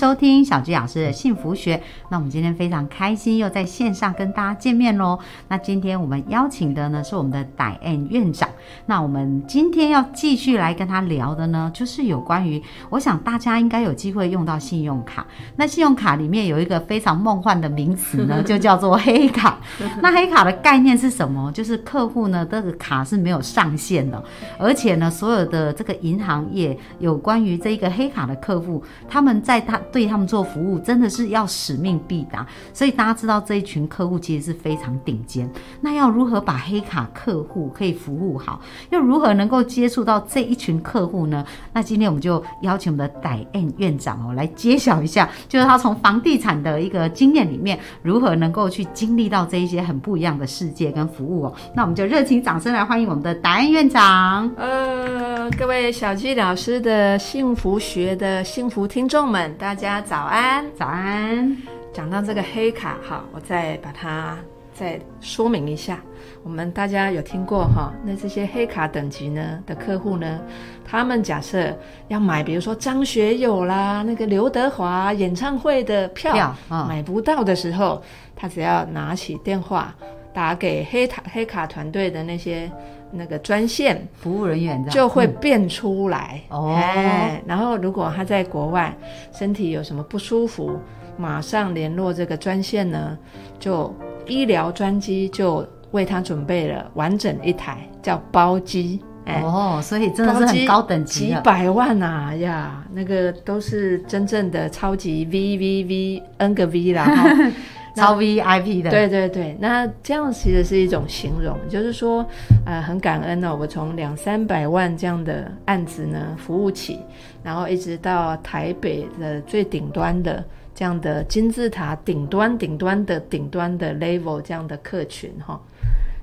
收听小纪老师的幸福学，那我们今天非常开心，又在线上跟大家见面喽。那今天我们邀请的呢是我们的戴恩院长。那我们今天要继续来跟他聊的呢，就是有关于，我想大家应该有机会用到信用卡。那信用卡里面有一个非常梦幻的名词呢，就叫做黑卡。那黑卡的概念是什么？就是客户呢，这个卡是没有上限的，而且呢，所有的这个银行业有关于这一个黑卡的客户，他们在他对他们做服务，真的是要使命必达。所以大家知道这一群客户其实是非常顶尖。那要如何把黑卡客户可以服务好，又如何能够接触到这一群客户呢？那今天我们就邀请我们的戴燕院长哦来揭晓一下，就是他从房地产的一个经验里面，如何能够去经历到这一些很不一样的世界跟服务哦。那我们就热情掌声来欢迎我们的戴燕院长。呃，各位小纪老师的幸福学的幸福听众们，大家早安。早安，讲到这个黑卡哈，我再把它再说明一下。我们大家有听过哈？那这些黑卡等级呢的客户呢，他们假设要买，比如说张学友啦，那个刘德华演唱会的票，票嗯买不到的时候，他只要拿起电话打给黑卡黑卡团队的那些那个专线，服务人员这样就会嗯变出来。哦哎然后如果他在国外身体有什么不舒服，马上联络这个专线呢，就医疗专机就为他准备了完整一台，叫包机。哎哦，所以真的是很高等级几的。百万啊呀，那个都是真正的超级 V V V N 个 V 啦，哈超 VIP 的，，对对对，那这样其实是一种形容，就是说，呃，很感恩哦，我从两三百万这样的案子呢服务起，然后一直到台北的最顶端的这样的金字塔顶端顶端的顶端的 level 这样的客群哈、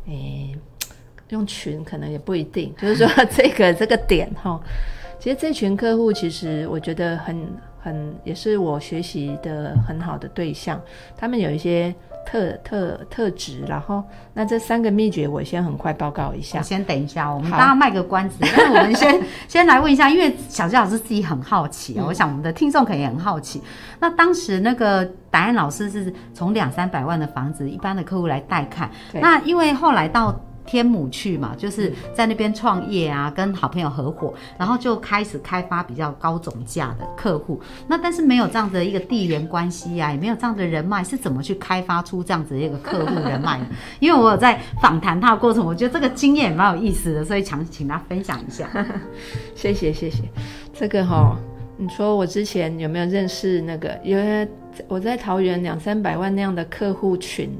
诶、用群可能也不一定， 就是说这个这个点哈，其实这群客户其实我觉得很很也是我学习的很好的对象，他们有一些特特特质，然后那这三个秘诀我先很快报告一下我。先等一下，我们好大家卖个关子，但是我们 先先来问一下，因为小纪老师自己很好奇啊、嗯我想我们的听众可能也很好奇。那当时那个答案老师是从两三百万的房子，一般的客户来带看，对嗯那因为后来到。天母去嘛，就是在那边创业啊，跟好朋友合伙，然后就开始开发比较高总价的客户。那但是没有这样的一个地缘关系啊，也没有这样的人脉，是怎么去开发出这样子的一个客户人 脉的？因为我有在访谈他的过程，我觉得这个经验也蛮有意思的，所以想请他分享一下。谢谢谢谢，这个哈、你说我之前有没有认识那个？因为我在桃园两三百万那样的客户群，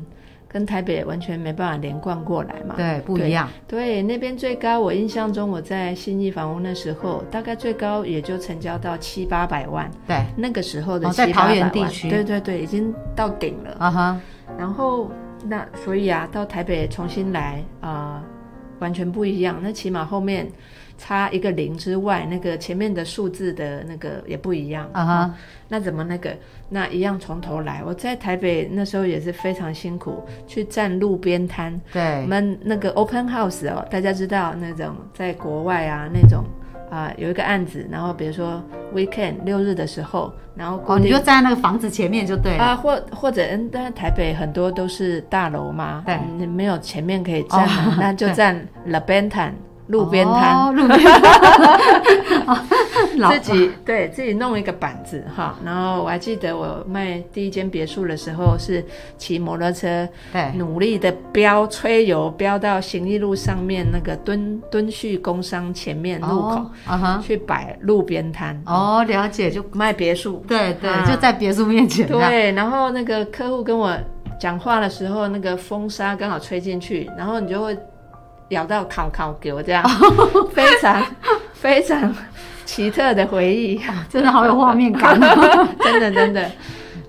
跟台北完全没办法连贯过来 嘛。对，不一样，对，那边最高，我印象中我在新义房屋那时候，大概最高也就成交到七八百万，对，那个时候的哦七八在百万。桃园地区对对对，已经到顶了。啊哈，然后那所以啊，到台北重新来啊、呃完全不一样。那起码后面差一个零之外，那个前面的数字的那个也不一样。啊哈，那怎么那个？那一样从头来。我在台北那时候也是非常辛苦，去站路边摊。我对，们那个 open house 哦，大家知道那种在国外啊那种啊、有一个案子，然后比如说 weekend 六日的时候，然后固哦，你就定站在那个房子前面就对了，啊，或或者，嗯，但是台北很多都是大楼嘛，对嗯你没有前面可以站嘛，哦那就站 La b e n t a n 路边摊，哦，路边摊， 哦老自己对自己弄一个板子哈。然后我还记得我卖第一间别墅的时候，是骑摩托车，对，努力的飙吹油，飙到行义路上面那个敦敦叙工商前面路口、哦，啊哈，去摆路边摊，哦，了解，就卖别墅，对对，啊就在别墅面前啊这样，对，然后那个客户跟我讲话的时候，那个风沙刚好吹进去，然后你就会咬到烤烤给我这样，哦 非常非常奇特的回忆， 真的好有画面感哦。真的真的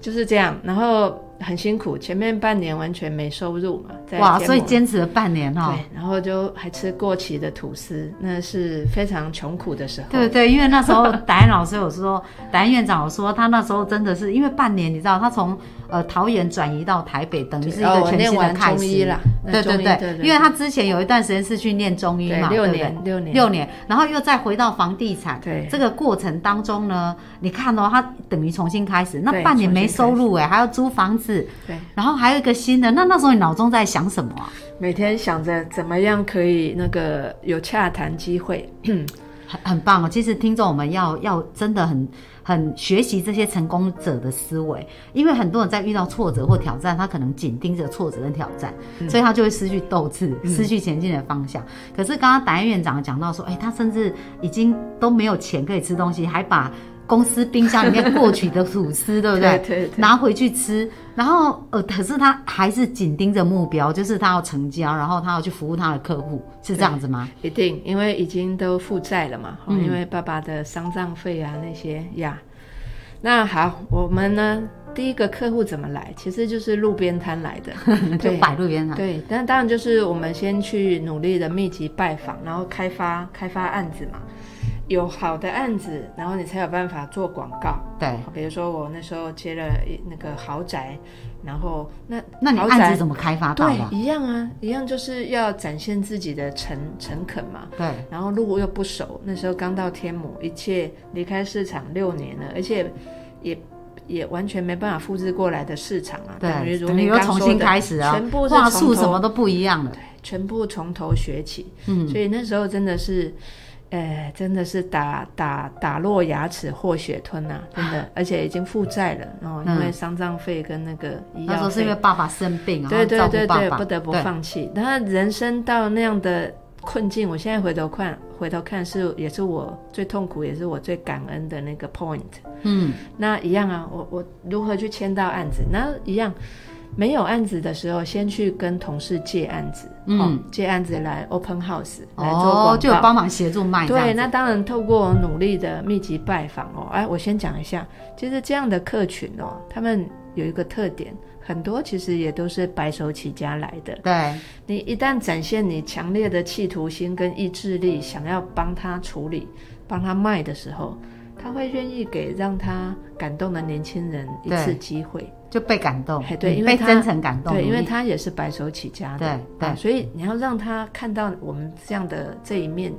就是这样。然后很辛苦，前面半年完全没收入嘛，在 哇，建所以模坚持了半年哦。对，然后就还吃过期的吐司，那是非常穷苦的时候。对对，因为那时候达恩老师有说，达恩院长有说，他那时候真的是因为半年，你知道，他从呃桃园转移到台北，等于是一然后个哦我全念新的完开中医始。啦，那对中对医对，对，因为他之前有一段时间是去念中医对嘛，六对不对年六年六年，然后又再回到房地产。对这个过程当中呢，你看哦，他等于重新开始，那对半年没重新开收始入哎，还要租房子，对，然后还有一个新的，那那时候你脑中在想什么啊？每天想着怎么样可以那个有洽谈机会，很很棒哦！其实听众我们要要真的很很学习这些成功者的思维，因为很多人在遇到挫折或挑战，他可能紧盯着挫折跟挑战，嗯所以他就会失去斗志，失去前进的方向。可是刚刚达院院长讲到说，哎，他甚至已经都没有钱可以吃东西，还把公司冰箱里面过期的吐司，对不对？ 对对对拿回去吃，然后呃，可是他还是紧盯着目标，就是他要成交，然后他要去服务他的客户，是这样子吗？，一定，因为已经都负债了嘛，哦因为爸爸的丧葬费啊那些呀。那好，我们呢第一个客户怎么来？其实就是路边摊来的 嗯对就摆路边上。对，但当然就是我们先去努力的密集拜访，然后开发开发案子嘛，有好的案子，然后你才有办法做广告。对，比如说我那时候接了一那个豪宅，然后那那你豪案宅子怎么开发到对的？一样啊，一样就是要展现自己的诚诚恳嘛。对，然后路又不熟，那时候刚到天母，一切离开市场六年了，而且也也完全没办法复制过来的市场啊，等于对，如等于您又刚重说新的开始啊，全部是话从术头什么都不一样了。全部从头学起。嗯，所以那时候真的是，呃，真的是打打打落牙齿或血吞呐、啊真啊的，而且已经负债了，然、后因为丧葬费跟那个医嗯那时药候是因费，为爸爸生病，然后对照对顾对爸对，爸，不得不对放弃。然后人生到那样的困境，我现在回头看，回头看是也是我最痛苦，也是我最感恩的那个 point。嗯，那一样啊，我我如何去签到案子？那一样，没有案子的时候，先去跟同事借案子，嗯哦借案子来 open house 来做广告。哦，就有帮忙协助卖这样对，子。那当然透过努力的密集拜访哦，哎，我先讲一下，其实这样的客群哦，他们有一个特点，很多其实也都是白手起家来的。对，你一旦展现你强烈的企图心跟意志力，想要帮他处理、帮他卖的时候，他会愿意给让他感动的年轻人一次对机会。就被感动哎，对嗯因为被他真诚感动，对，因为你他也是白手起家的，对啊对所以你要让他看到我们这样的这一面，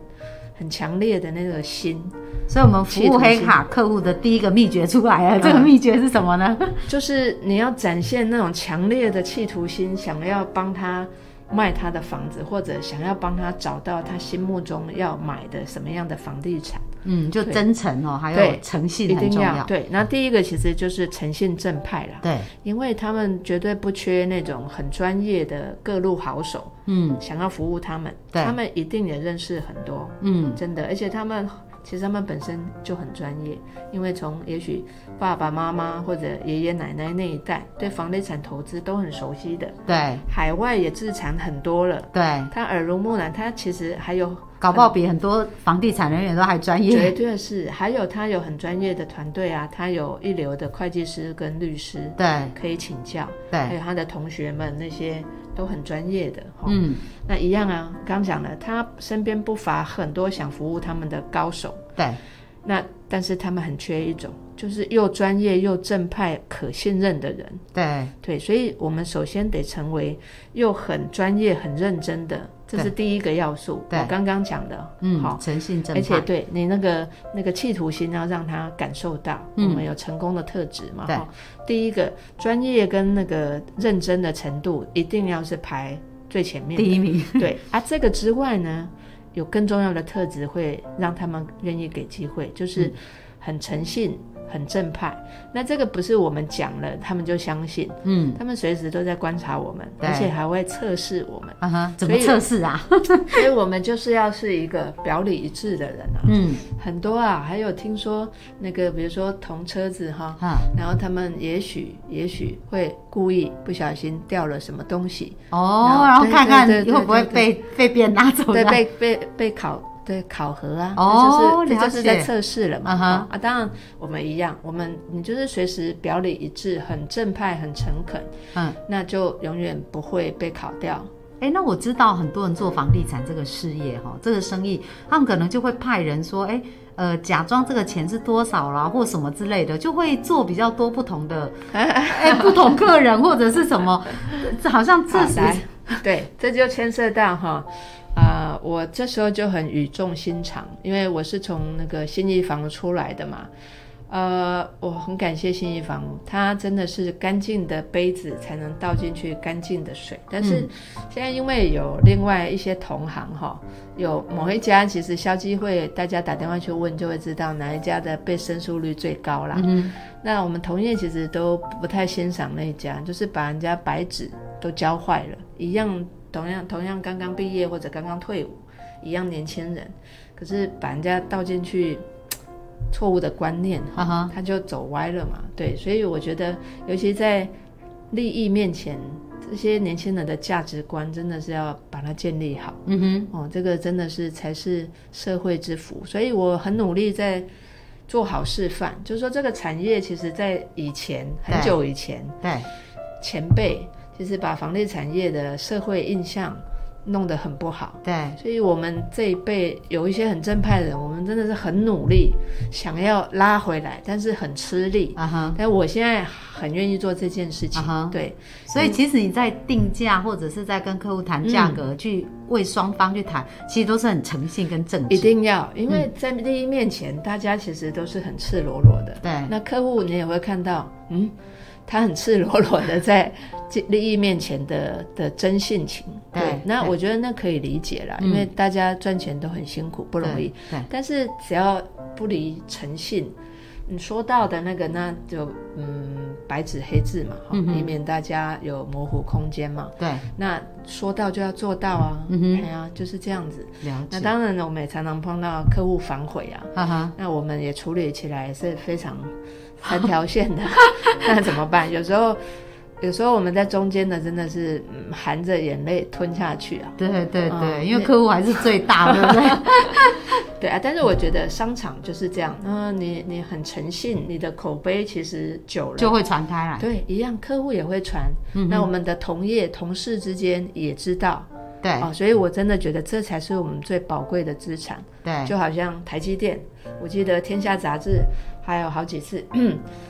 很强烈的那个心，所以我们服务黑卡客户的第一个秘诀出来了。嗯这个秘诀是什么呢？ 就是你要展现那种强烈的企图心，想要帮他卖他的房子，或者想要帮他找到他心目中要买的什么样的房地产。嗯，就对真诚哦，还有对诚一信很定重要要。对。那第一个其实就是诚信正派啦，对，因为他们绝对不缺那种很专业的各路好手，嗯想要服务他们，对他们一定也认识很多，嗯，真的，而且他们。其实他们本身就很专业，因为从也许爸爸妈妈或者爷爷奶奶那一代对房地产投资都很熟悉的，对海外也自产很多了，对，他耳濡目染，他其实还有搞不好比很多房地产人员都还专业。绝对是，还有他有很专业的团队啊，他有一流的会计师跟律师对可以请教，还对，有他的同学们那些都很专业的。哦、嗯。那一样啊，刚讲了，他身边不乏很多想服务他们的高手，对，那但是他们很缺一种，就是又专业又正派、可信任的人。对，对，所以我们首先得成为又很专业、很认真的，这是第一个要素。对我刚刚讲的，好、嗯，诚信正派，而且对你那个那个企图心，要让他感受到嗯我们有成功的特质嘛。对哈，第一个专业跟那个认真的程度，一定要是排最前面第的。一名， 对啊，这个之外呢，有更重要的特质会让他们愿意给机会，嗯就是很诚信、很正派。那这个不是我们讲了，他们就相信，嗯，他们随时都在观察我们，对。而且还会测试我们 啊哈，怎么所以测试啊？所以我们就是要是一个表里一致的人啊。嗯，很多啊，还有听说那个，比如说同车子哈，哈，然后他们也许也许会故意不小心掉了什么东西，哦，然然后后看看对对对对会不会被被别人拿走对，的，被被被考对考核啊，哦这就是这了就是在解测试了嘛、嗯哼啊。当然我们一样，我们你就是随时表里一致，很正派，很诚恳，嗯，那就永远不会被考掉。哎，那我知道很多人做房地产这个事业哈，这个生意，他们可能就会派人说，哎，呃，假装这个钱是多少啦，或什么之类的，就会做比较多不同 的，哎，不同客人或者是什么，这好像这好是 来， 对，这就牵涉到哈，啊、我这时候就很语重心长，因为我是从那个新义房出来的嘛。呃，我很感谢新义房，它真的是干净的杯子才能倒进去干净的水。但是现在因为有另外一些同行哈，有某一家其实消基会大家打电话去问就会知道哪一家的被申诉率最高啦。嗯那我们同业其实都不太欣赏那一家，就是把人家白纸都教坏了，一样同样同样刚刚毕业或者刚刚退伍，一样年轻人，可是把人家倒进去错误的观念，啊哈，他就走歪了嘛。对，所以我觉得，尤其在利益面前，这些年轻人的价值观真的是要把它建立好。嗯哼，哦，这个真的是才是社会之福，所以我很努力在做好示范，就是说这个产业其实在以前很对久以前，对，前辈其实把房地产业的社会印象弄得很不好。哎对，所以我们这一辈有一些很正派的人，我们真的是很努力想要拉回来，但是很吃力。啊哈。但我现在很愿意做这件事情啊哈对，所以其实你在定价或者是在跟客户谈价格，去为双方去谈，其实都是很嗯诚信跟正一直。定要，因为在利益面前，大家其实都是很赤裸裸的。对，那客户你也会看到，嗯，他很赤裸裸的在这利益面前的的真性情。对那对我觉得那可以理解啦，嗯因为大家赚钱都很辛苦，不不容易。。对，但是只要不离诚信，你说到的那个，那就嗯白纸黑字嘛，哈嗯哼以免大家有模糊空间嘛。对，那说到就要做到啊，嗯哼哎呀，就是这样子。了那解。当然了，我们也常常碰到客户反悔啊，哈哈，那我们也处理起来是非常三条线 的，那怎么办？有时候，有时候我们在中间的真的是、嗯含着眼泪吞下去啊。对对嗯对，因为客户还是最大，对不对？对啊，但是我觉得商场就是这样，嗯，你你很诚信，你的口碑其实久了。就会传开来。对，一样，客户也会传。嗯那哼我们的同业、同事之间也知道对哦，所以我真的觉得这才是我们最宝贵的资产。对，就好像台积电，我记得《天下》杂志还有好几次，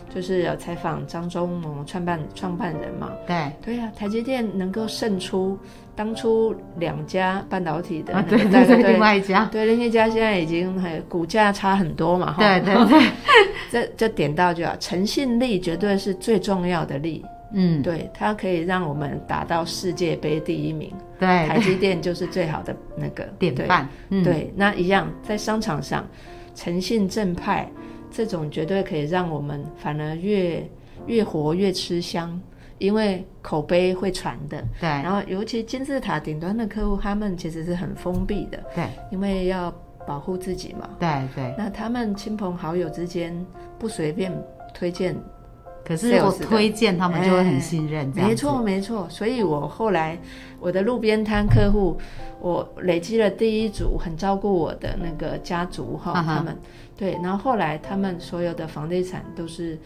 就是有采访张忠谋创办创办人嘛。对，对啊，台积电能够胜出当初两家半导体的啊那个对大对概对，另外一家，对，另一家现在已经还股价差很多嘛，哈对对对，这这点到就好，诚信力绝对是最重要的力，嗯，对，它可以让我们打到世界杯第一名，对，台积电就是最好的那 个典对范，嗯，对，那一样在商场上，诚信正派这种绝对可以让我们反而越越活越吃香，因为口碑会传的。对然后尤其金字塔顶端的客户，他们其实是很封闭的，对因为要保护自己嘛。对对。那他们亲朋好友之间不随便推荐，可是我 sales 的推荐他们就会很信任，这样没子错没错。所以我后来我的路边摊客户，我累积了第一组很照顾我的那个家族哈，啊哈他们对，然后后来他们所有的房地产都是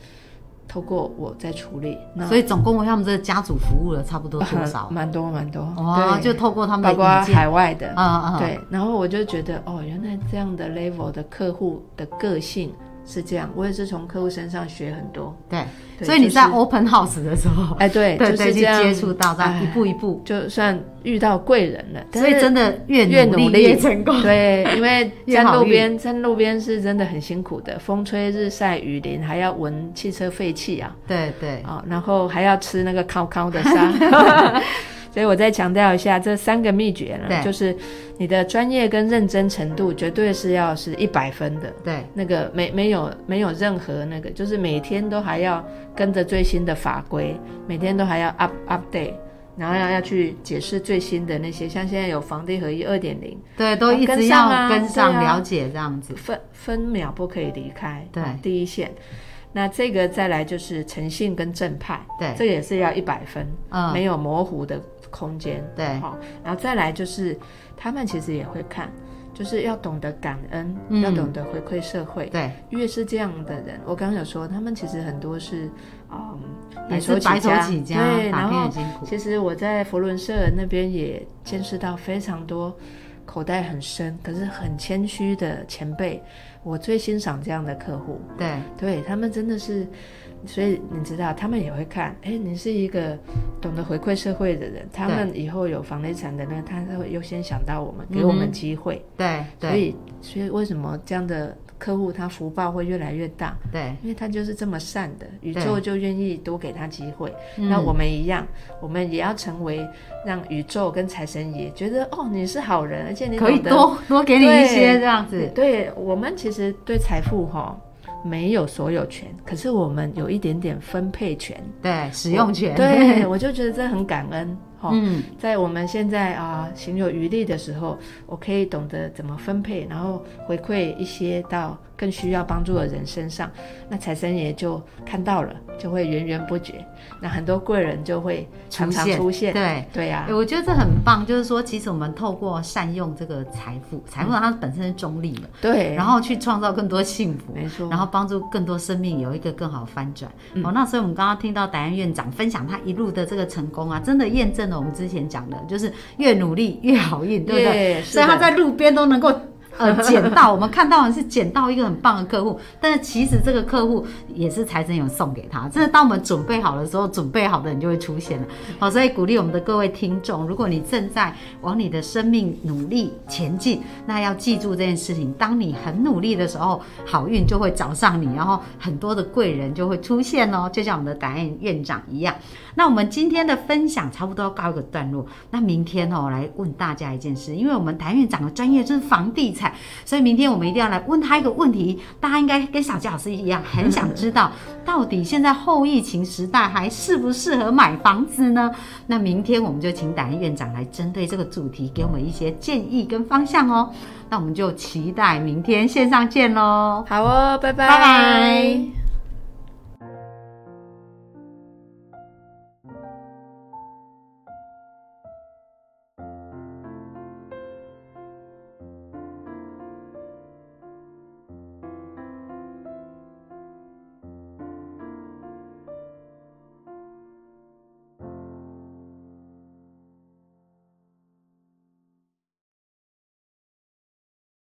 透过我在处理，那所以总共为他们这个家族服务了差不多多少？ 蛮多蛮多，哇，对就透过他们的包括引荐，海外的，嗯嗯，对，然后我就觉得哦，原来这样的 level 的客户的个性是这样，我也是从客户身上学很多。对，对所以你在就是 open house 的时候，哎，对，哦对就是对，这去样接触到这样哎一步一步，就算遇到贵人了，但所以是真的越越努努力力越成功。 对，因为 越站好路运边站路边是真的很辛苦的，风吹日晒雨淋，还要闻汽车废气啊，对对，啊、然后还要吃那个烤烤的 沙。 所以我再强调一下，这三个秘诀对呢，就是你的专业跟认真程度绝对是要是一百分的，对那个没没有没有任何那个，就是每天都还要跟着最新的法规，每天都还要 up update，然后要要去解释最新的那些，像现在有房地合一二点零，对，都一直跟要上啊跟上对啊了解这样子，分分秒不可以离开，对啊第一线。那这个再来就是诚信跟正派，对这个也是要一百分，嗯，没有模糊的空间，对好、然后再来就是他们其实也会看，就是要懂得感恩，嗯要懂得回馈社会。对，越是这样的人，我刚刚有说，他们其实很多是，嗯，也是白手起家，对，打然拼后很辛苦。其实我在佛伦社那边也见识到非常多口袋很深，可是很谦虚的前辈。我最欣赏这样的客户，对，对他们真的是，所以你知道，他们也会看，哎，你是一个懂得回馈社会的人，他们以后有房地产的呢，他会优先想到我们，给我嗯们机会。对，所对，以，所以为什么这样的客户他福报会越来越大？对，因为他就是这么善的，宇对宙就愿意多给他机会。嗯那我们一样，我们也要成为让宇宙跟财神爷觉得哦，你是好人，而且你可以懂得多多给你一对些这样对子。对，我们其实对财富哈、没有所有权，可是我们有一点点分配权、对，使用权。 对，我就觉得这很感恩哈、嗯，在我们现在啊、行有余力的时候，我可以懂得怎么分配，然后回馈一些到更需要帮助的人身上，那财神爷就看到了，就会源源不绝。那很多贵人就会常常出现。对。对呀、欸我觉得这很棒，就是说，其实我们透过善用这个财富，财富它本身是中立的，对，然后去创造更多幸福，没错嗯然后帮助更多生命有一个更好的翻转。哦，那所以我们刚刚听到达安院长分享他一路的这个成功啊，真的验证了我们之前讲的，就是越努力越好运，对不对？对，所以他在路边都能够。呃，捡到我们看到的是捡到一个很棒的客户，但是其实这个客户也是财神有送给他。真的，当我们准备好的时候，准备好的人就会出现了。好、所以鼓励我们的各位听众，如果你正在往你的生命努力前进，那要记住这件事情：当你很努力的时候，好运就会找上你，然后很多的贵人就会出现哦，就像我们的答案院长一样。那我们今天的分享差不多要告一个段落。那明天哦，来问大家一件事，因为我们谭院长的专业就是房地产，所以明天我们一定要来问他一个问题。大家应该跟小杰老师一样，很想知道到底现在后疫情时代还适不适合买房子呢？那明天我们就请谭院长来针对这个主题，给我们一些建议跟方向哦。那我们就期待明天线上见喽。好哦，拜拜，拜拜